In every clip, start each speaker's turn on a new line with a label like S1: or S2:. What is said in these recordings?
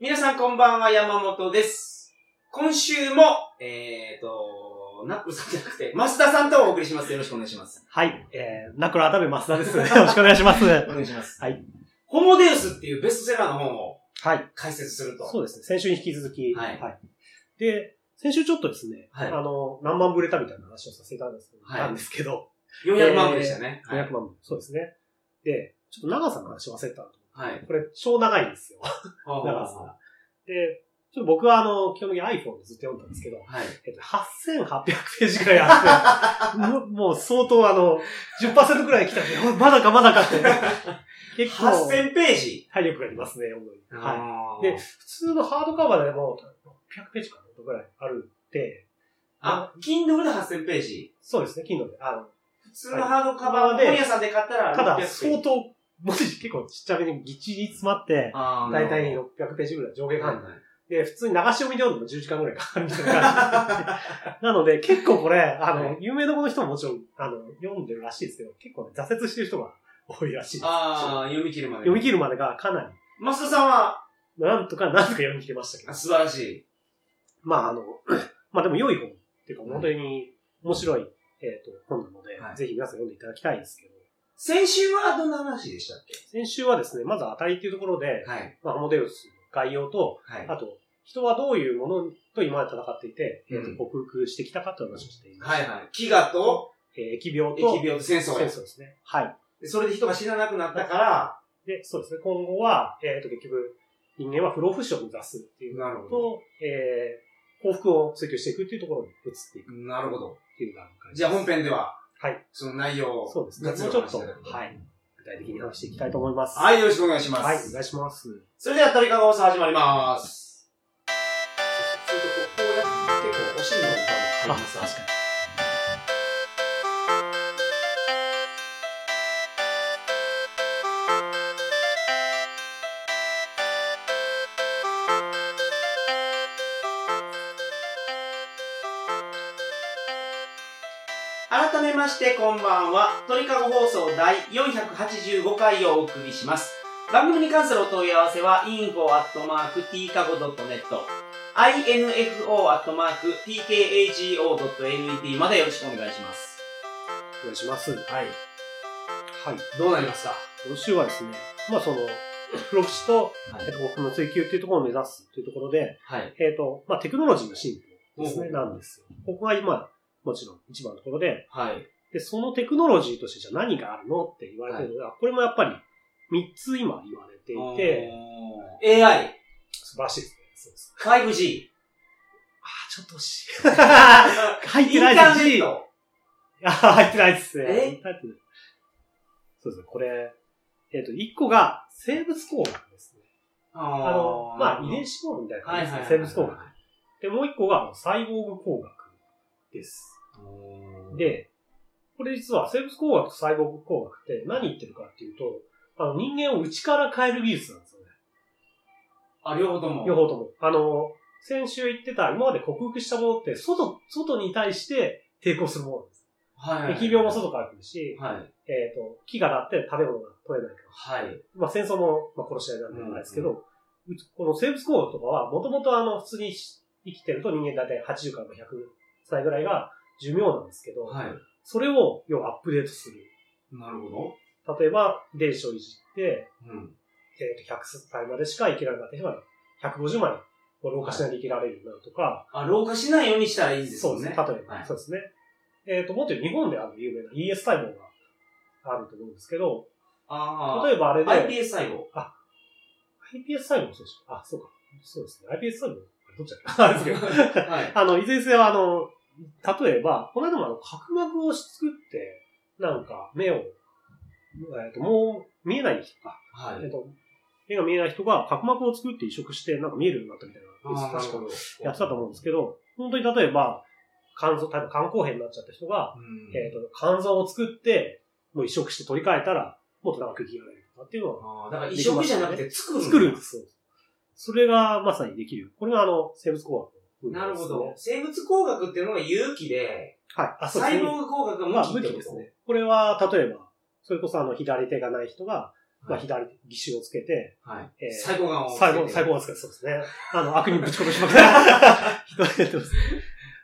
S1: 皆さんこんばんは、山本です。今週も、えーと、ナックルさんじゃなくて、増田さんとお送りします。よろしくお願いします。
S2: はい。えー、ナクロ改め増田です。よ ろしくお願いします。
S1: お願いします。
S2: はい。
S1: ホモデウスっていうベストセラーの本を
S2: はい。
S1: 解説すると。
S2: そうですね。先週に引き続き。
S1: はい
S2: で、先週ちょっとですね、
S1: はい
S2: あの、何万部売れたみたいな話をさせたんですけど、
S1: はい
S2: なんですけど、
S1: 400万部でしたね。
S2: 500万部、そうですね。で、ちょっと長さの話忘れた。
S1: はい。はい。
S2: これ、超長いんですよ。
S1: ほうほう
S2: 長さ
S1: ほう
S2: が。で、ちょっと僕はあの、基本的に iPhone でずっと読んだんですけど、
S1: はい。
S2: えっと、8800ページくらいあって、 もうもう相当あの、10%くらい来たんで、おまだかまだかって。結構、
S1: 8000ページ。
S2: 体力がいりますね、読むのに。はい。
S1: はい
S2: で普通のハードカバーでも600ページかなぐらいあるって、
S1: あ、Kindle で8000ページ。
S2: そうですね、Kindle で。あの、
S1: 普通のハードカバー
S2: はい
S1: で、本屋さんで買ったら600
S2: ただ
S1: ページ。
S2: 相当、文字結構ちっちゃめにぎっちり詰まって、
S1: あー
S2: だいたい
S1: なる
S2: 600ページぐらい上下
S1: ほどはい
S2: 感で、普通に流し読みで読んでも10時間ぐらいかかるみたいな感 じ。なので、結構これ、あ
S1: はい
S2: の、有名どころの人ももちろん、あの、読んでるらしいですけど、結構ね、挫折してる人が多いらしいです。
S1: ああ、読み切るまで。
S2: 読み切るまでがかな
S1: 増田さんは、
S2: り、なんとかなんとか読み切れましたけど
S1: あ。素晴らしい。
S2: まああの、 まあでも良い本っていうか、本当に面白い、えっ、と、本なので、
S1: はい
S2: ぜひ皆さん読んでいただきたいんですけど、
S1: 先週はどんな話でしたっけ
S2: 先週はですね、まず当たりっていうところで、
S1: はい。
S2: まあ、ホモデウスの概要と、
S1: はい。
S2: あと、人はどういうものと今まで戦っていて、えっ
S1: うん
S2: と克服してきたかという話をしています。
S1: はいはい。飢餓と、
S2: えー疫病と、
S1: 疫病と戦争
S2: 戦
S1: で
S2: 争ですね。はい。
S1: それで人が死ななくなったから、
S2: で、そうですね、今後は、えっ、と、結局、人間は不老不死を目指すっていう
S1: なる
S2: の。と、えー幸福を追求していくっていうところに移っていく
S1: なるほど。
S2: っていう段階です
S1: じゃあ本編では、
S2: はい。
S1: その内容を、
S2: そうですね。
S1: ガツ
S2: もう
S1: リ
S2: ちょっ
S1: 話し
S2: と、
S1: たいなと
S2: はい。具体的に話していきたいと思います。
S1: はい、よろしくお願いします。
S2: はい、お願いします。
S1: それでは、トリカゴ放送始まります。そうすると、こうやって、結構、お尻の歌も入ります。
S2: に。
S1: 改めましてこんばんは鳥かご放送第485回をお送りします番組に関するお問い合わせは info.tkago.net info.tkago.net までよろしくお願いします
S2: お願いします。はい。
S1: はい
S2: はい。
S1: どうなりますか
S2: 今週はですね、まあその、 不老不死と、
S1: は
S2: えっと、幸福の追求っていうところを目指すというところで、
S1: はい
S2: えっと、まあテクノロジーの進歩です
S1: う
S2: ね、
S1: ん
S2: なんですよ。ここが今、もちろん一番のところで、
S1: はい
S2: で、そのテクノロジーとしてじゃあ何があるのって言われてるのが、これもやっぱり3つ今言われていて、
S1: AI
S2: 素晴らしいですね。そうです。
S1: 5G
S2: ああ、ちょっと惜しい。 入っ
S1: イ
S2: て
S1: ン
S2: ない
S1: ターネ
S2: です
S1: ット
S2: いや、入ってないですね。
S1: え
S2: 入ってないそうですね、これ、えっ、と、一個が生物工学ですね。あの、まあ、遺伝
S1: 子
S2: 子工学みたいな
S1: は
S2: 感
S1: い
S2: じ
S1: は
S2: で
S1: いは
S2: す
S1: い。
S2: ね生物工学。で、もう一個がサイボーグ工学です。で、これ実は生物工学とサイボーグ工学って何言ってるかっていうと、あの人間を内から変える技術なんですよね。
S1: あ両方とも
S2: 両方とも。あの、先週言ってた、今まで克服したものって、外、外に対して抵抗するものなんです。
S1: はい
S2: 疫病も外から来るし、
S1: はい
S2: えっ、と、木がだって食べ物が取れないから。
S1: はい
S2: まあ戦争も、まあ、殺し合いなんでもないですけど、うちこの生物工学とかは、もともとあの、普通に生きてると人間大体80から100歳ぐらいが寿命なんですけど、
S1: はい。
S2: それを要はアップデートする。
S1: なるほど。
S2: 例えば、遺伝子をいじって、
S1: うん。
S2: えっ、と、100歳までしか生きられなかった人が150まで、こう老化しないで生きられるようになるとか、
S1: あ、老化しないようにしたらいいんです
S2: そ
S1: よ
S2: うです
S1: ね。
S2: ね。例えば、
S1: はい
S2: そうですね。えっ、と、もっと言う日本であの有名な ES 細胞があると思うんですけど、
S1: ああ。
S2: 例えばあれで、
S1: iPS 細胞。
S2: iPS 細胞もそうでしょあ、そうか。そうですね。iPS 細胞、あれどっちだっけあれですけど。
S1: はい。
S2: あの、いずれにせよ、あの、例えば、この間もあの、角膜を作って、なんか、目を、えっ、と、もう見えない人か。
S1: は
S2: えっ、
S1: い。
S2: と、目が見えない人が角膜を作って移植して、なんか見えるようになったみたい
S1: あー
S2: な、確か
S1: ど。
S2: やってたと思うんですけど、本当に例えば、肝臓、例えば肝硬変になっちゃった人が、
S1: うん
S2: えっ、と、肝臓を作って、もう移植して取り替えたら、もっと長く生きられるとかっていうのは、
S1: あーだから移植じゃなくて作る。
S2: 作るんで。すよ。それがまさにできる。これがあの、生物工学の部
S1: な
S2: 分
S1: る
S2: です
S1: ほ
S2: ね、
S1: ど。生物工学っていうのが有機で、
S2: はい。あ、そうです
S1: 細
S2: ね。
S1: 胞工学が
S2: まあ、
S1: 無
S2: 武
S1: 機って
S2: 器で
S1: こ
S2: す
S1: と
S2: ね。これは、例えば、それこそあの、左手がない人が、まあ、左、義手をつけて、
S1: はい。
S2: えー
S1: 細胞がんをつけて。
S2: 最後、最後はつけて、そうですね。あの、悪にぶち殺 しまくった。ひどいやってます。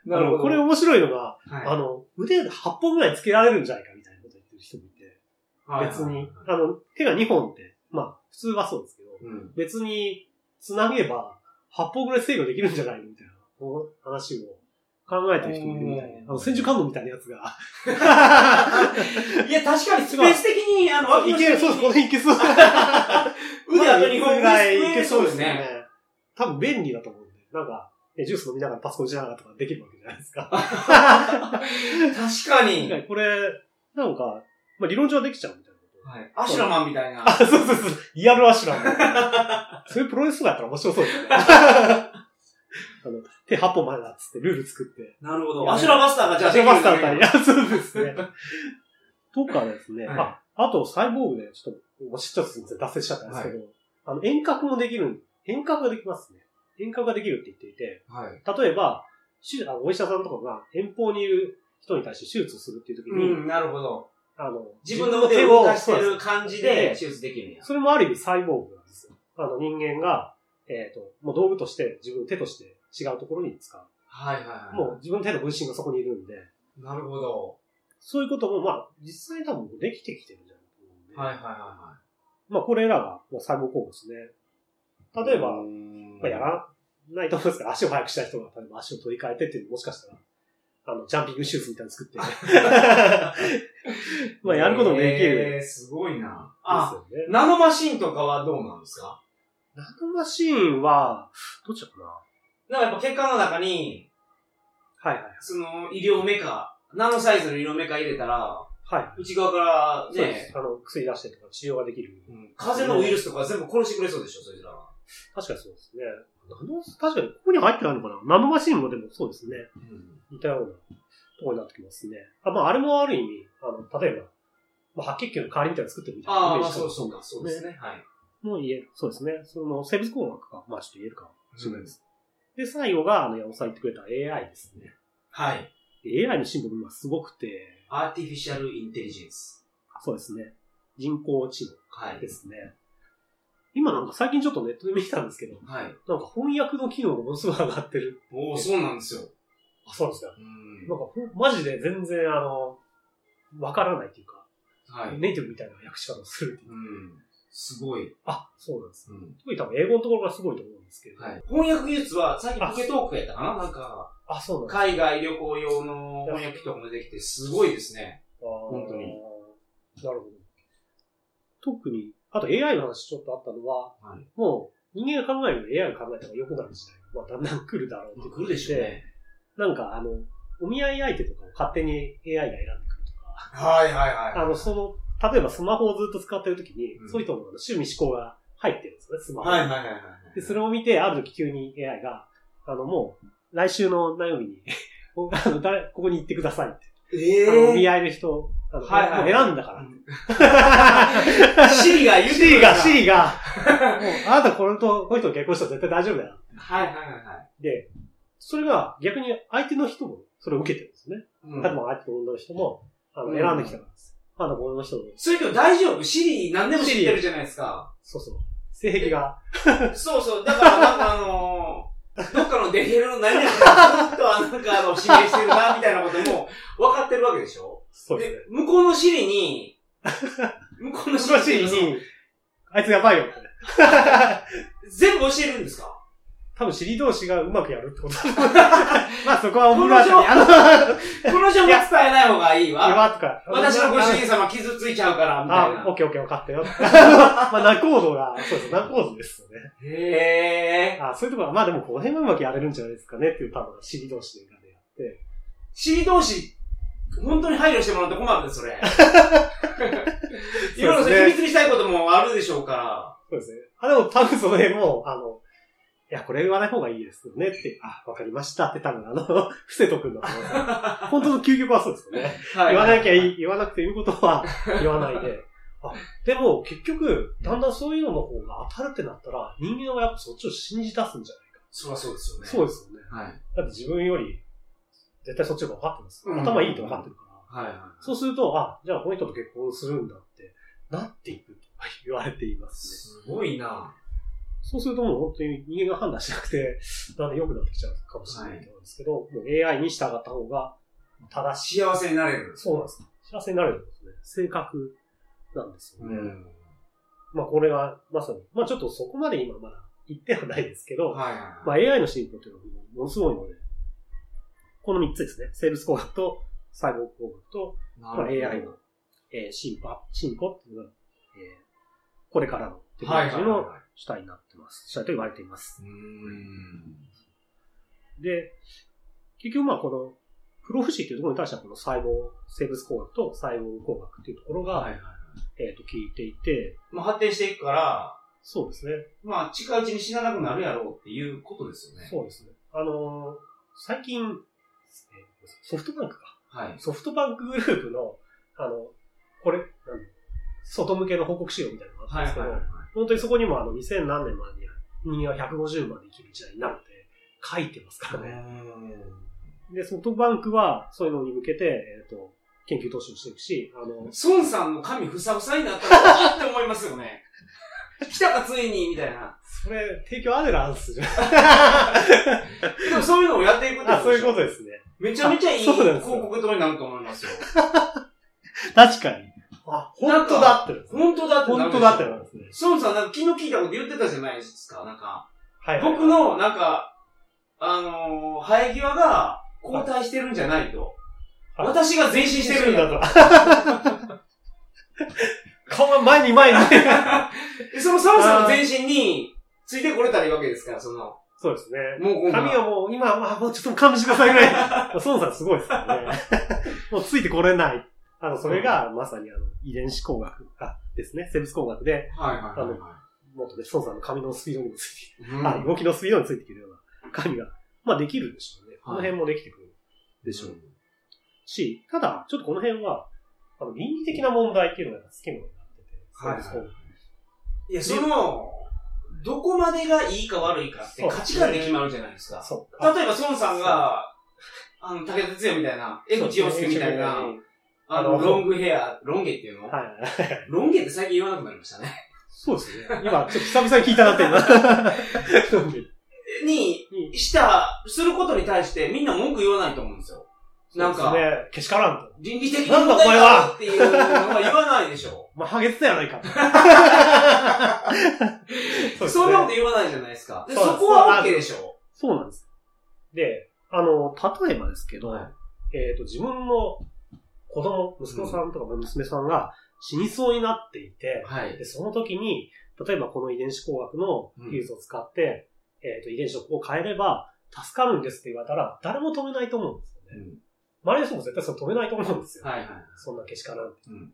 S1: なるほ
S2: あの
S1: ど。
S2: これ面白いのが、あ
S1: は
S2: の、腕8本ぐらいつけられるんじゃないかみたいなこと言ってる人もいて、
S1: い、
S2: 別
S1: はい
S2: に、あの、手が2本って、まあ、普通はそうですけど、
S1: うん。
S2: 別に繋げば8本ぐらい制御できるんじゃないのみたいな、この話を考えてる人もいるみたいで
S1: う、ん
S2: あの、千手観音みたいなや つが、
S1: いや、確かにスペース的に、あの、脇
S2: い
S1: の
S2: け
S1: 下
S2: る、
S1: に
S2: そうです、このいけそう。
S1: 腕あと2本ぐらい
S2: い
S1: いけ
S2: け
S1: そ
S2: そうう
S1: で
S2: ですす
S1: ね。
S2: ね。多分便利だと思うんで、なんか、ねジュース飲みながらパソコン打ちながらとかできるわけじゃないで すか。
S1: 確かに。は
S2: これ、なんか、まあ、理論上はできちゃうみたいなこと。
S1: い。アシュラマンみたいな。
S2: あ、そうそうそう。リアルアシュラム。そういうプロレスとかやったら面白そうですよね。あの、手8本前だっつってルール作って。
S1: なるほ
S2: い
S1: ど。
S2: や
S1: アシュラバスターがじゃあ
S2: ジ
S1: で
S2: ャ
S1: きる
S2: マ
S1: ん
S2: スタ
S1: だ
S2: ー
S1: ね
S2: たり。あそうですね。とかですね。
S1: はい
S2: あ、あとサイボーグで、ちょっと、もうちょっとすいません脱線しちゃったんですけど、あの、遠隔もできる、遠隔ができますね。遠隔ができるって言っていて、
S1: はい。
S2: 例えば、手あのお医者さんとかが遠方にいる人に対して手術をするっていう時に、
S1: うん、なるほど。
S2: あの、
S1: 自分の腕を動かして
S2: そう
S1: る
S2: です
S1: 感じで手術できるんや。
S2: それもある意味サイボーグなんですよ。あの、人間が、えっ、と、もう道具として、自分の手として違うところに使う。
S1: はいはいはい。
S2: もう自分の手の分身がそこにいるんで、
S1: なるほど。
S2: そういうことも、まあ、実際多分できてきてるんじゃないかと思うんで。
S1: はいはいは
S2: まあ、これらが、まあ、サイボーグ候補ですね。
S1: いはい。
S2: 例えば、ま
S1: ま
S2: あ、やらないと思うんですけど、足を速くしたい人が、例えば足を取り替えてっていうのもしかしたら、あの、ジャンピングシューズみたいなの 作って、まあ、やることもできる。
S1: えー、すごいな。
S2: です
S1: あ、
S2: よね。
S1: ナノマシンとかはどうなんですか
S2: ナノマシーンは、どっちだか
S1: なんかやっぱ血管の中に、
S2: なはいはい。
S1: その、医療メカ、ナノサイズの医療メカ入れたら、
S2: はい。
S1: 内側か
S2: そう
S1: ら
S2: です
S1: ね、。
S2: あの、薬出してとか治療ができる。
S1: うん風邪のウイルスとか全部殺してくれそうでしょ、そいつらは。
S2: 確かにそうですね。ナノ、確かにここに入ってないのかなナノマシンもでもそうですね。似たようなところになってきますね。あ、まあ、あれもある意味、あの、例えば、まあ、白血球の代わりみたいなの作ってるみたいな
S1: ああ、
S2: イメ
S1: ま
S2: ー
S1: あ
S2: ジと
S1: そ
S2: か
S1: うそうか、そうですね。はい。
S2: もう言える。そうですね。その、生物工学が、まあ、ちょっと言えるかもしれないです。で、最後が、あの、山本さん言ってくれた AI ですね。
S1: はい。
S2: で AI の進歩が今すごくて、
S1: アーティフィシャルインテリジェンス。
S2: そうですね。人工知
S1: は
S2: 能
S1: い
S2: で。すね。今なんか最近ちょっとネットで見てたんですけど、
S1: はい。
S2: なんか翻訳の機能がものすごい上がってる。
S1: おお、そうなんですよ。
S2: あ、そうですよ。
S1: うん
S2: なんかほん、マジで全然、あの、わからないっていうか、
S1: はい。
S2: ネイティブみたいな訳し方をするっていう。
S1: うん。すごい。
S2: あ、そうなんです。
S1: うん。
S2: 特に多分英語のところがすごいと思うんですけど。
S1: はい。翻訳技術は、最近ポケトークやったかななんか、
S2: あ、そうなんです。
S1: 海外旅行用の翻訳機とかもできて、すごいですね。本
S2: 本
S1: 当に。
S2: なるほど。特に、あと AI の話ちょっとあったのは、
S1: はい。
S2: もう人間が考えるより AI が考えた方が良くなる時代が、まあ、だんだん来るだろうって
S1: 来るでしょうね。
S2: なんか、あの、お見合い相手とかを勝手に AI が選んでくるとか、
S1: はいはいはい。
S2: あの、その、例えばスマホをずっと使ってるときに、
S1: うん
S2: そういう人の趣味思考が入ってるんですよね、スマホに。
S1: はいはいはいはい。
S2: で、それを見て、ある時急に AI が、あの、もう、来週の何曜日に、 こあの誰ここに行ってくださいって。
S1: え
S2: あの、お
S1: え
S2: 見合いの人、あの、
S1: はいはい
S2: もう選ん だか
S1: ー。シリが言
S2: ら。
S1: う
S2: シリが、シ
S1: リ。
S2: リが、もう、あなたこれと、この人と結婚したら絶対大丈夫だよ。
S1: はいはいはいはい。
S2: で、それが逆に相手の人もそれを受けてるんですね。
S1: う
S2: 例え
S1: ん
S2: ば相手の女の人も、あの、選んできたからです。あの、この人の、
S1: それけど大丈夫シリ何でも知ってるじゃないですか。
S2: そうそう、性癖が、
S1: そうそう。だからなんかあのー、どっかのデヘルの何々がずっとはなんかあの、指名してるな、みたいなことも分かってるわけでしょ
S2: そうですね
S1: で。、向こうのシリに、向こうのシリ
S2: 難しいに、あいつやばいよって。
S1: 全部教えるんですか
S2: 多分知り同士がうまくやるってことだ と思うまあそこはオブラート
S1: この
S2: に、あの、 や
S1: この情報伝えない方がいいわ。
S2: ばとか。
S1: 私のご主人
S2: ん。
S1: 様傷ついちゃうから、みたい
S2: あ、オ
S1: な
S2: ッ。ケーオッケー分かったよ。 まあ、ナコードが、そうです、ナコードですよね。
S1: へえ。
S2: あそういうところは、まあでもこの辺はうまくやれるんじゃないですかねっていう、多分知り同士で裏でやって。
S1: シリ同士、本当に配慮してもらうと困るんです、それ。いろいろ
S2: そう
S1: そ
S2: です
S1: れ
S2: ね
S1: 秘密にしたいこともあるでしょうから。
S2: そうですね。あ、でも多分その辺も、あの、いや、これ言わない方がいいですよねって、あ、わかりましたって多分あの、伏せとくんだと思うんですよ本当の究極はそうですよね。
S1: は
S2: 言わなきゃいい、言わなくていいことは言わないで。あでも、結局、だんだんそういうのの方が当たるってなったら、人間はやっぱそっちを信じ出すんじゃないか。
S1: そりゃそうですよね。
S2: そうですよね。
S1: はい。
S2: だって自分より、絶対そっちの方が分かってます。
S1: うん
S2: 頭いいと分かってるから。
S1: はいはい。
S2: そうすると、あ、じゃあこの人と結婚するんだって、なっていく。言われていますね。
S1: すごいな
S2: そうするともう本当に人間が判断しなくて、だんだん良くなってきちゃうかもしれないと思うんですけど、もう AI に従った方が正しい。
S1: 幸せになれる。
S2: そうなんです。幸せになれるんですね。正確なんですよ
S1: う
S2: ね。
S1: ん。
S2: まあこれがまさに、まあちょっとそこまで今まだ言ってはないですけど、
S1: はいはい
S2: まあ、
S1: はい。
S2: AI の進歩というのはものすごいので、この3つですね。生物工学と細胞工学と、まあ、
S1: なる
S2: AI
S1: ほ
S2: の、えー進歩、進歩っていうのが、えーこれからの
S1: ど
S2: テクノ
S1: はい
S2: ロジ
S1: はいはい
S2: ーの
S1: はい。
S2: 主体になってます。主体と言われています。
S1: うーん。
S2: で、結局まあこの、不老不死っていうところに対してはこの細胞、生物工学と細胞工学っていうところが、
S1: はいはい。
S2: えっ、と、聞いていて、
S1: まあ、発展していくから、
S2: そうですね。
S1: まあ、近いうちに死ななくなるやろうっていうことですよね。
S2: そうですね。あのー最近、えーソフトバンクか。
S1: はい。
S2: ソフトバンクグループの、あの、これ、なん外向けの報告資料みたいなのが
S1: は
S2: あったん
S1: い
S2: です
S1: はい
S2: け
S1: は
S2: ど、
S1: いはい。
S2: 本当にそこにもあの、2000何年までに人間は150まで生きる時代になるって書いてますからね。で、ソフトバンクはそういうのに向けて、えっ、と、研究投資をしていくし、あの、
S1: 孫さんの髪ふさふさになったら、あって思いますよね。 来たかついに、みたいな。
S2: それ、提供アデランスじゃ ん。
S1: でもそういうのをやっていくって
S2: あ、
S1: こと
S2: そ
S1: で
S2: ういう
S1: し
S2: こ
S1: ょ
S2: とですね。
S1: めちゃめちゃいい
S2: あそうな
S1: 広
S2: んですよ
S1: 告塔になると思いますよ。
S2: 確かに。あ、
S1: なんか
S2: 本当だって。
S1: 本当だってなる
S2: 本
S1: でし
S2: 当
S1: ょ
S2: だってなんですね。
S1: 孫さん、なんか昨日聞いたこと言ってたじゃないですか。なんか、
S2: はい、はい。
S1: 僕の、なんか、あのー生え際が後退してるんじゃないと。
S2: はい
S1: 私が前進してるんだと。
S2: と。 顔が前に前に。
S1: でその孫さんの前進についてこれたらいいわけですから、その、
S2: そうですね。
S1: もうこんな
S2: 髪はもう、今、まあ、もうちょっと勘弁してくださいぐら い。まあ孫さんすごいですからね。もうついてこれない。あの、それが、まさにあの、遺伝子工学あですね。生物工学で、
S1: はいはいはいは
S2: もっとね、孫さんの髪のスピードにもついて
S1: い。うん
S2: あ動きのスピードについてくるような髪が、まあできるんでしょうね。この辺もできてくるでしょう。し、ただ、ちょっとこの辺は、あの、倫理的な問題っていうのが好きなのになってて。
S1: はいはい
S2: 生物工学
S1: いや、その、どこまでがいいか悪いかって価値観で決まるじゃないですか。
S2: そう。
S1: 例えば、孫さんが、あの、武田鉄矢みたいな、江口洋介みたいな
S2: は、い
S1: あの、ロングヘア、ロン毛っていうの、
S2: はい。
S1: ロン毛って最近言わなくなりましたね。
S2: そうですね。今、ちょっと久々に聞いたなって今。
S1: に、した、することに対してみんな文句言わないと思うんですよ。なんか
S2: そうですね、けしからんと。
S1: 倫理的
S2: なんだ
S1: 問題だっていうのは言わないでしょ。
S2: まあ、ハゲてたやないか と。そうです
S1: そんなこと
S2: ね。
S1: 言わないじゃないですか。で、
S2: そう
S1: そこは OK でしょ。
S2: そうなんです。で、あの、例えばですけど、
S1: はい
S2: えっ、と、自分の子供、息子さんとか娘さんが死にそうになっていて、
S1: はい。
S2: で、その時に、例えばこの遺伝子工学の技術を使って、えっ、と、遺伝子をこう変えれば助かるんですって言われたら、誰も止めないと思うんですよね。周りの人も絶対それ止めないと思うんですよ。
S1: はいはい。
S2: そんなけしからんって。
S1: うん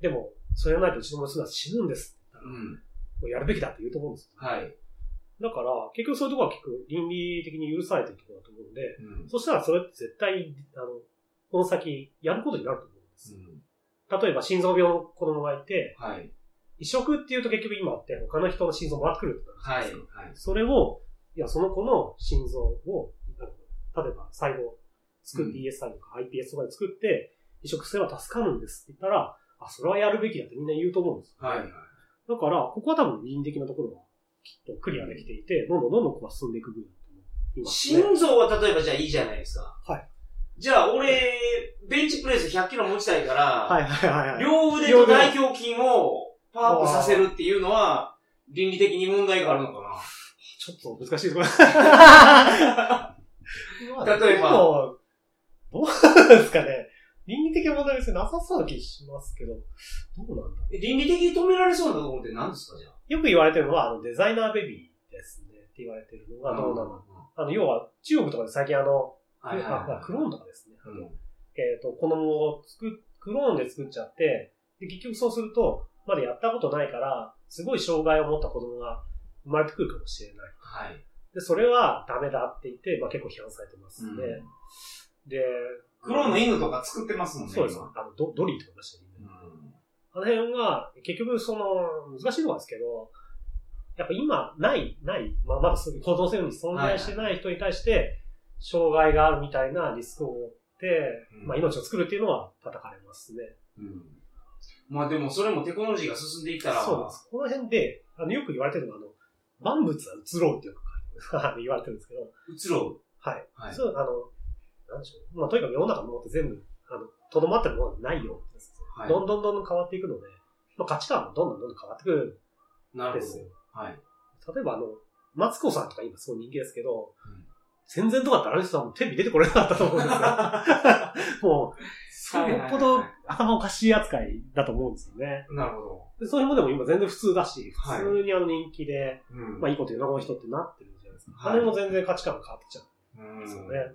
S2: でも、それがないとうちの娘は死ぬんです。
S1: うん。
S2: もうやるべきだって言うと思うんですよ。
S1: はい。
S2: だから、結局そういうところは結構倫理的に許されてるところだと思うんで、
S1: うん
S2: そしたらそれって絶対、あの、この先やることになると思うんです。例えば心臓病の子供がいて、
S1: はい。
S2: 移植っていうと結局今って他の人の心臓を回ってくるってな
S1: は
S2: る
S1: い。は
S2: じゃないいですか。。それを、いや、その子の心臓を、例えば細胞作って、
S1: うん
S2: ES 細胞か iPS とかで作って、移植すれば助かるんですって言ったら、あ、それはやるべきだってみんな言うと思うんですよ。
S1: はい。
S2: だから、ここは多分倫理的なところはきっとクリアできていて、どんどんどんどんここは進んでいく分だと思いますね。
S1: 心臓は例えばじゃあいいじゃないですか。
S2: はい。
S1: じゃあ俺、ベンチプレス100キロ持ちたいから、
S2: はいはいはいはい。
S1: 両腕と大胸筋をパワーアップさせるっていうのは、倫理的に問題があるのか
S2: ちょっと難しいところ。
S1: 例えば
S2: でもどうなんですかね。倫理的な問題は別になさそうな気しますけど、どうなんだろう
S1: な。倫理的に止められそうなところって何ですかじゃ
S2: よく言われてるのは、あの、デザイナーベビーですね。って言われてるの
S1: あ。
S2: がどうなの、
S1: は
S2: あの、要は、中国とかで最近あの、
S1: いはい
S2: あまあ
S1: はい。
S2: クローンとかですね。あ
S1: う
S2: の
S1: ん
S2: えっ、と、子供を作っ、クローンで作っちゃって、で、結局そうすると、まだやったことないから、すごい障害を持った子供が生まれてくるかもしれない。
S1: はい。
S2: で、それはダメだって言って、まあ結構批判されてますね。
S1: うん
S2: で、
S1: クローンの犬とか作ってますもんね。
S2: そうです。
S1: 今
S2: あの、ドドリーとかでしたね。
S1: うん
S2: あの辺は、結局その、難しいのはですけど、やっぱ今、ない、ない、まあ、まだそういう行動性に存在してない人に対して、障害があるみたいなリスクを負って、
S1: うん
S2: まあ、命を作るっていうのは叩かれますね。
S1: うんまあでもそれもテクノロジーが進んでいったら、
S2: そうなんです。この辺で、あの、よく言われてるのが、あの、万物は移ろうっていうのが あの言われてるんですけど、
S1: 移ろ
S2: はい。
S1: う。はい。
S2: そう、あの、なんでしょう。まあ、とにかく世の中のものって全部、あの、とどまってるものはないよってやつですね、
S1: はい
S2: どんどんどんどん変わっていくので、まあ、価値観もどんどんどんどん変わってくる
S1: なんる
S2: で
S1: ほ
S2: すよ。
S1: ど。はい。
S2: 例えば、あの、マツコさんとか今すごい人気ですけど、
S1: ん
S2: 戦前とかってあの人はもうテレビ出てこれなかったと思うん ですよ。もう、そ
S1: はい
S2: れ
S1: はいは
S2: よっ
S1: い
S2: ぽど頭おかしい扱いだと思うんですよね。
S1: なるほど。
S2: でそういうものでも今全然普通だし、
S1: はい
S2: 普通にあの人気で、
S1: うん
S2: まあいいこと言うな、この人ってなってるじゃないですか。
S1: はい
S2: あれも全然価値観が変わってきちゃう。
S1: うん
S2: ですよね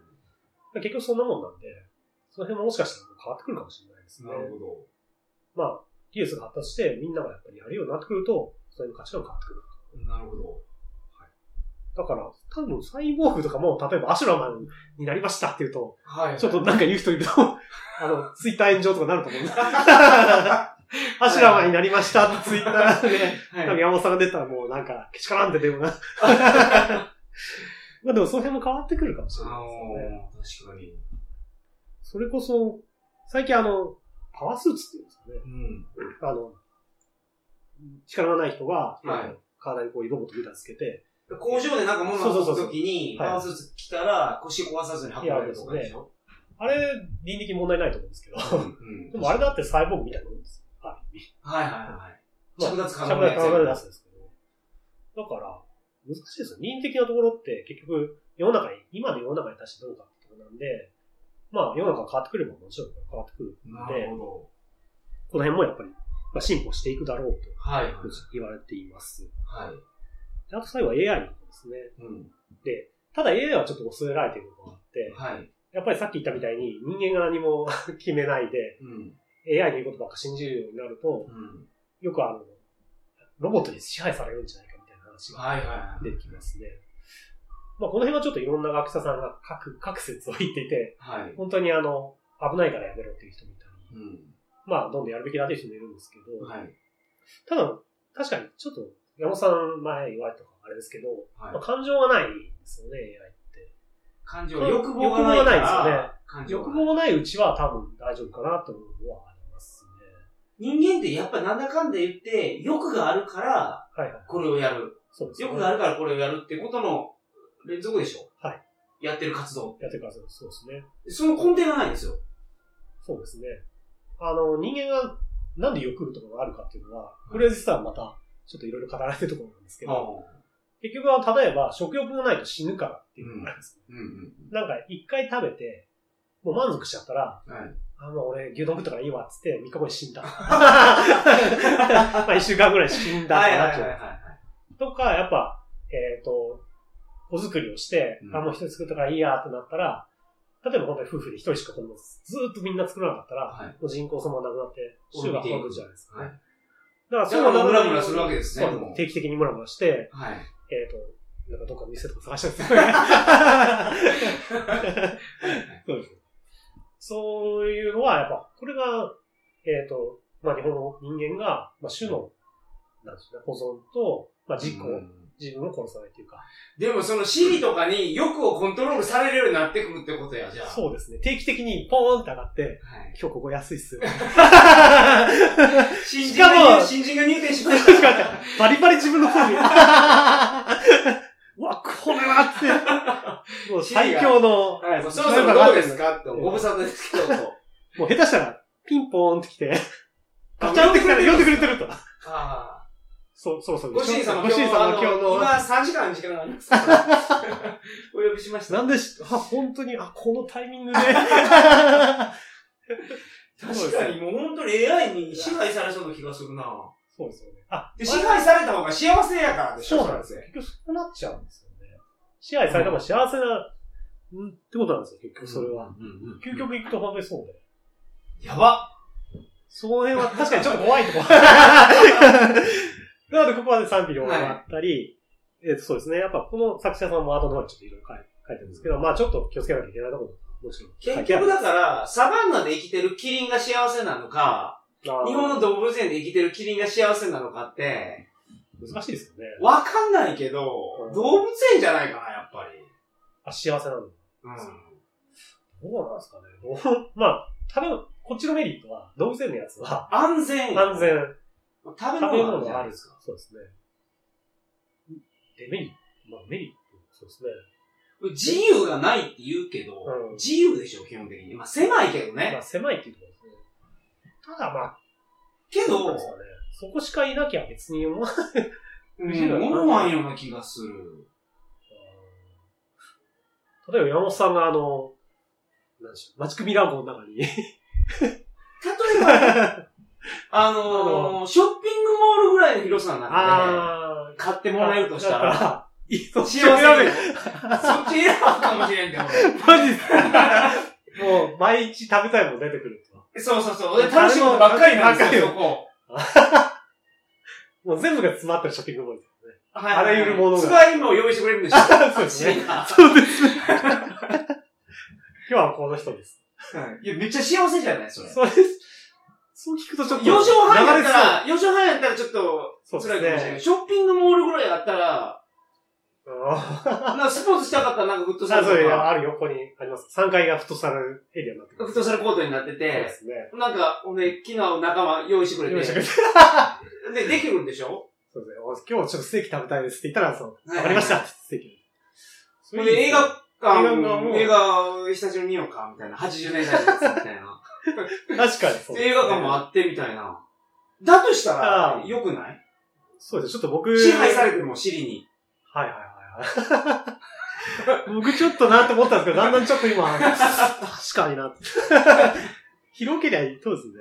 S2: まあ結局そんなもんなんで、その辺ももしかしたらもう変わってくるかもしれないですね
S1: な。るほど。
S2: まあ、技術が発達してみんながやっぱりやるようになってくると、そういう価値観が変わってくる。
S1: なるほど。
S2: だから、多分サイボーグとかも、例えばアシュラマンになりましたって言うと、
S1: はいはい。
S2: ちょっとなんか言う人 いると、あの、ツイッター炎上とかなると思うんですアシュラマンになりましたってツイッターで、
S1: はい、
S2: 多分山本さんが出たらもうなんか、けしからんって出るな。 まあでもその辺も変わってくるかもしれないですよね。
S1: 確かに。
S2: それこそ、最近あの、パワースーツっていうんですか
S1: うん。
S2: ね。あの、力がない人が、
S1: はい
S2: えー体にこういうロボットみたいなのつけて、
S1: 工場でなんか物
S2: そうそう
S1: を
S2: そ
S1: 運
S2: う
S1: ぶ
S2: そう
S1: ときに、
S2: はい
S1: パワースーツ着たら腰壊さずに運べるとかでしょ
S2: あれ、倫理的に問題ないと思うんですけ
S1: う
S2: ど、
S1: ん
S2: でもあれだってサイボーグみたいなもんですよ。ある意味。
S1: はいはいはい。
S2: まあ
S1: 着脱可
S2: 着
S1: 能なやつ
S2: 脱可能なやつですけど。だから、難しいですよ。倫理的なところって結局、世の中に、今の世の中に対してどうかってことなんで、まあ世の中が変わってくればもちろん変わってくる。
S1: なるほど。
S2: この辺もやっぱり、まあ、進歩していくだろうと
S1: はいはい。
S2: 言われています。
S1: はい。
S2: であと最後は AI のことですね。
S1: うん。
S2: ただ AI はちょっと恐れられてるのがあって、
S1: はい。
S2: やっぱりさっき言ったみたいに人間が何も 決めないで
S1: うん。
S2: AI の言うことばっか信じるようになると
S1: う、ん。
S2: よくあの、ロボットに支配されるんじゃないかみたいな話が
S1: はいはいはい。
S2: 出てきますね。まあこの辺はちょっといろんな学者さんが各、各説を言っていて、
S1: はい。
S2: 本当にあの、危ないからやめろっていう人もいたり、
S1: う
S2: まあどんどんやるべきだっていう人もいるんですけど、
S1: ん。はい。
S2: ただ、確かにちょっと山本さん前言われたのはあれですけど、まあ、
S1: はい。
S2: 感情がないんですよね、AI って。
S1: 感情、
S2: これ
S1: 欲望がないか
S2: 欲望がないですよ
S1: ら、感情
S2: 欲
S1: がない。
S2: 望ないうちは多分大丈夫かなと思うのはあります
S1: 人間ってやっぱなんだかんだ言って、欲があるから、
S2: ね。はいはい。
S1: これをやる。
S2: そうですね。
S1: 欲があるからこれをやるってことの連続でしょ
S2: はい。
S1: やってる活動。
S2: やってください。そうですね。
S1: その根底がないんですよ。
S2: そうですね。あの、人間がなんで欲とかがあるかっていうのは、これは実はまた、ちょっといろいろ語られてるところなんですけど、結局は例えば食欲がないと死ぬからっていうのがあるんです。
S1: うんうん。
S2: なんか一回食べて、もう満足しちゃったら、
S1: はい。
S2: あ、もう俺牛丼食ったからいいわっつって3日後に死んだ。まあ1週間ぐらい死んだってなっちゃう。とか、やっぱ、えっ、と、お作りをして、
S1: うん
S2: あ、もう一人作ったからいいやってなったら、例えば本当に夫婦で一人しか子供ずーっとみんな作らなかったら、
S1: はい
S2: もう人口そのままなくなって、週が半分じゃないですかね。
S1: はい
S2: だ
S1: だ
S2: から
S1: から
S2: の
S1: ムラムラするわけですね
S2: そう
S1: もう
S2: 定期的にムラムラして、
S1: はい。
S2: えっ、と、なんかどっかの店とか探したりするね。そうですね。そういうのは、やっぱ、これが、えっ、と、まあ、日本の人間が、まあ、種の、なんですね、保存と、まあ、実行、
S1: うん
S2: 自分を殺さないというか、
S1: でもその尻とかに欲をコントロールされるようになってくるってことや、じゃあ。
S2: そうですね。定期的にポーンって上がって、
S1: はい。
S2: 今日ここ安いっ すよ。
S1: 新人
S2: しか
S1: が
S2: も
S1: 入、新人が入店しまし
S2: バリバリ自分の方 に。うわ、これはって。もう最強の、
S1: た。はい。そろそろどうですかって、ご無沙汰ですけど、と。
S2: もう下手したら、ピンポーンって来て、ガチャンって来たら呼んでくれてると。
S1: ああ。
S2: そう、そうそう。
S1: ご主人様、
S2: ご主人様
S1: 今日
S2: 今日
S1: の、
S2: の。
S1: 今3時間時間がありますから。お呼びしました。
S2: なんでし、あ、本当に、あ、このタイミングで。
S1: 確かにもう本当に AI に支配されそうな気がするな
S2: そうですよね。あ、
S1: で、支配された方が幸せやからでしょ
S2: そうなんですよ。結局そうなっちゃうんですよね。支配されても幸せな、うん、ってことなんですよ、結局それは。。究極行くと本当にそうで。
S1: やば
S2: その辺は確かにちょっと怖いと こ。なので、ここまで賛否両論あったり、えっと、そうですね。やっぱこの作者さんも後の方にちょっといろいろ書い書いてるんですけど、まあちょっと気をつけなきゃいけないところももちろん書
S1: 結
S2: いてある。
S1: 局だから、サバンナで生きてるキリンが幸せなのか、
S2: あー
S1: 日本の動物園で生きてるキリンが幸せなのかって、
S2: 難しいですよね。
S1: わかんないけど、
S2: うん
S1: 動物園じゃないかな、やっぱり。
S2: あ、幸せなの。
S1: うん。
S2: どうなんですかね。どう まあ、食べ、こっちのメリットは、動物園のやつは、
S1: 安全。
S2: 安。全。
S1: 食べ物があるんですか
S2: そうですね。デメリット、まあメリット、そうですね。
S1: 自由がないって言うけど、
S2: うん
S1: 自由でしょ、基本的に。まあ、狭いけど
S2: ま
S1: ね。
S2: あ狭いっていうところですね。ただまあ、
S1: け
S2: う
S1: ど
S2: です、かね。そこしかいなきゃ別に思わない。
S1: うん
S2: 自由がない
S1: 思わんような気がする。
S2: 例えば山本さんがあの、なんでしょう、町組ラボの中に、
S1: 例えばね、 あのー、ショッピングモールぐらいの広さなんで、
S2: あ
S1: 買って
S2: ー、
S1: もらえるとした
S2: だ
S1: ら、
S2: から、いいと
S1: 幸せ
S2: してもらえる。
S1: そっち選ばんかもしれんけど。
S2: マジっすかもう、毎日食べたいもの出てくると。
S1: そうそうそう。で楽しいことばっかりなんですよ、
S2: ば
S1: そ
S2: っ
S1: こ。
S2: もう全部が詰まってるショッピングモールですね。
S1: はい
S2: あらゆるものが
S1: 使いも用意してくれるんでしょ。
S2: そうですね
S1: 欲しいな
S2: そうです。今日はこの人です。
S1: いや、めっちゃ幸せじゃないそれ。
S2: そうです。そう聞くとちょっと。
S1: 4畳半や
S2: 流
S1: っ
S2: れ
S1: たら、4畳半やったらちょっと
S2: そうそ
S1: 辛
S2: う
S1: いかも
S2: で
S1: しれ
S2: す
S1: ない。
S2: ね。
S1: ショッピングモールぐらいだったら、な
S2: あ
S1: んかスポーツしたかったらなんかフットサ
S2: ー
S1: ルと
S2: そういう
S1: か、
S2: ある横にあります。3階がフットサルエリアになって
S1: フ
S2: ます。
S1: ットサルコートになって
S2: そうで
S1: て、
S2: すね。
S1: なんか、ほんで、昨日仲間用意してくれ
S2: 用意
S1: て
S2: してく、れて
S1: で、できるんでしょ
S2: そうですね。お今日ちょっとステーキ食べたいですって言ったら、そう、
S1: はい
S2: わかりましたってステーキ。そ
S1: ほ
S2: れ
S1: ん
S2: いい
S1: で、
S2: です
S1: 映
S2: よ
S1: 画館
S2: 映画がも、う
S1: 映画、久しぶりに見ようか、みたいな。80年代のやつみたいな。
S2: 確かに そうですね
S1: 映画館もあって、みたいな。だとしたら
S2: あ、ー
S1: 良くない
S2: そうですね。ちょっと僕、
S1: 支配されてるもん、尻に。
S2: はいはいはいはい。僕ちょっとなって思ったんですけど、だんだんちょっと今、確かになって。広けりゃいい。そうですね。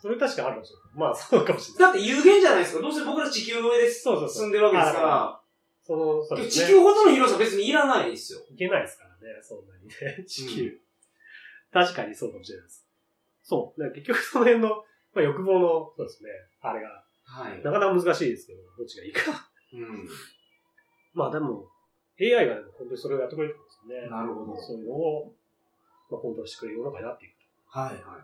S2: それ確かあるかもしれない。まあ、そうかもしれない。
S1: だって有限じゃないですか。どうせ僕ら地球の上で
S2: そうそうそ
S1: 住
S2: う。
S1: んでるわけですか
S2: その、そう
S1: ら、
S2: です
S1: 地
S2: ね。
S1: 球ほどの広さ別にいらないですよ。
S2: いけないですからね、そんなにね。地球。確かにそうかもしれないです。そう。だから結局その辺の、まあ、欲望の、そうですね、あれが、
S1: はい。
S2: なかなか難しいですけど、どっちがいいか。
S1: う
S2: まあでも、AI がでも本当にそれをやってくれるんですよね。
S1: なるほど
S2: そういうのを、まあ、コントロールしてくれる世の中になっていく
S1: はいは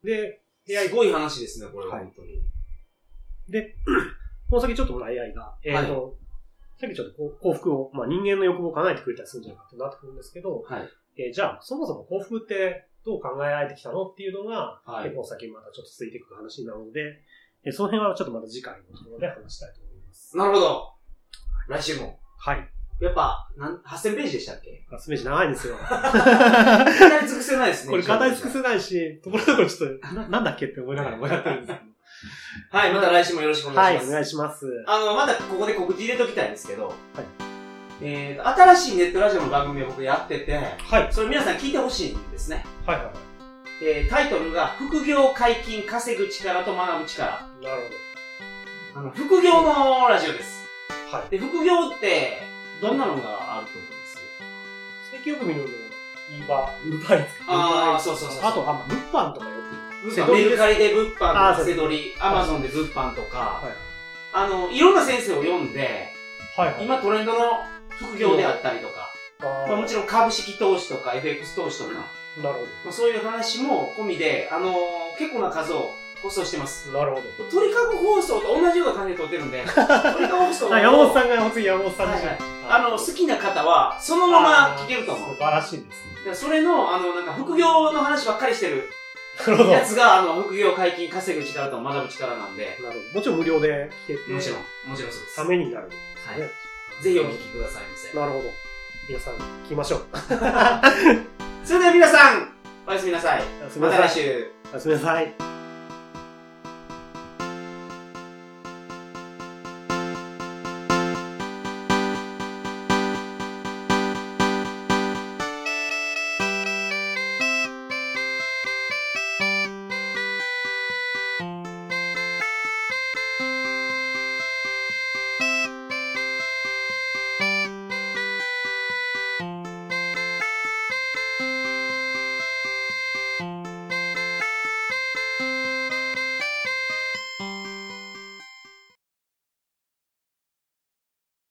S2: と。で、
S1: い。いや、すごい話ですね、これは。
S2: はい
S1: 本当に。
S2: この先ちょっとまあ AI が、えっ、と、さっきちょっとこう幸福を、まあ人間の欲望を叶えてくれたりするんじゃないかってなってくるんですけど、
S1: はい。
S2: えーじゃあ、そもそも幸福ってどう考えられてきたのっていうのが、
S1: はい
S2: 結構先またちょっと続いていく話なので、えーその辺はちょっとまた次回のところで話したいと思います。
S1: なるほど。来週も。
S2: はい。
S1: やっぱ、なん8000ページでしたっ け
S2: スメージ長いんで すよ。
S1: 語り尽くせないですね。
S2: これ語り尽くせないし、ところどころちょっと、ななんだっけって思いながらもやってるんです
S1: はい、また来週もよろしくお
S2: けど。は
S1: 願い
S2: い、
S1: し
S2: お
S1: ます。
S2: 願いします。
S1: あの、まだここで告知入れときたいんですけど、えーと、新しいネットラジオの番組を僕やってて、
S2: はい。はい
S1: それ皆さん聞いてほしいんですね。
S2: はいは
S1: えータイトルが、副業解禁稼ぐ力と学ぶ力。
S2: い。なる
S1: あの、副業のラジオです。
S2: ほど。はい。
S1: で、副業って、どんなのがあると思います
S2: 最近よく見るのも、イーバー、ウーバーイーツか
S1: あーそうそうそうそう
S2: あと、あ、まあ、物販とかよく。
S1: 物
S2: セ
S1: 販
S2: ドリ
S1: メ
S2: です
S1: ルカリで物販
S2: あー
S1: と
S2: そ
S1: か
S2: う
S1: セドリ、アマゾンで物販とか、
S2: はい
S1: あの、いろんな先生を読んで、
S2: はいはい。
S1: 今トレンドの副業であったりとか、
S2: あー
S1: まあ、もちろん株式投資とか FX 投資とか、
S2: なる
S1: まあ、そういう話も込みで、あのー結構な数を放送してます。
S2: ほど。なるほど。
S1: 鳥かご放送と同じような感じで撮ってるん で、鳥かご放送を
S2: あ、山本さんが、お次山本さん
S1: は
S2: で
S1: い
S2: し
S1: はい
S2: ょ。
S1: あの、好きな方は、そのまま聞けると思う
S2: 素。晴らしいですね。
S1: でそれの、あの、なんか副業の話ばっかりしてる
S2: なるほど。な
S1: や
S2: る
S1: つが、あの、副業解禁稼ぐ力と学ぶ力なんで、
S2: ほど。もちろん無料で聞けて、
S1: もちろん、もちろんそうです。
S2: ためになる。
S1: はい。ぜひお聞きくださいませ。
S2: なるほど。皆さん、聞きましょう。
S1: それでは皆さん、おやすみなさい。
S2: おやすみ
S1: ま
S2: な
S1: た
S2: さい
S1: 来。週。
S2: おやすみなさい。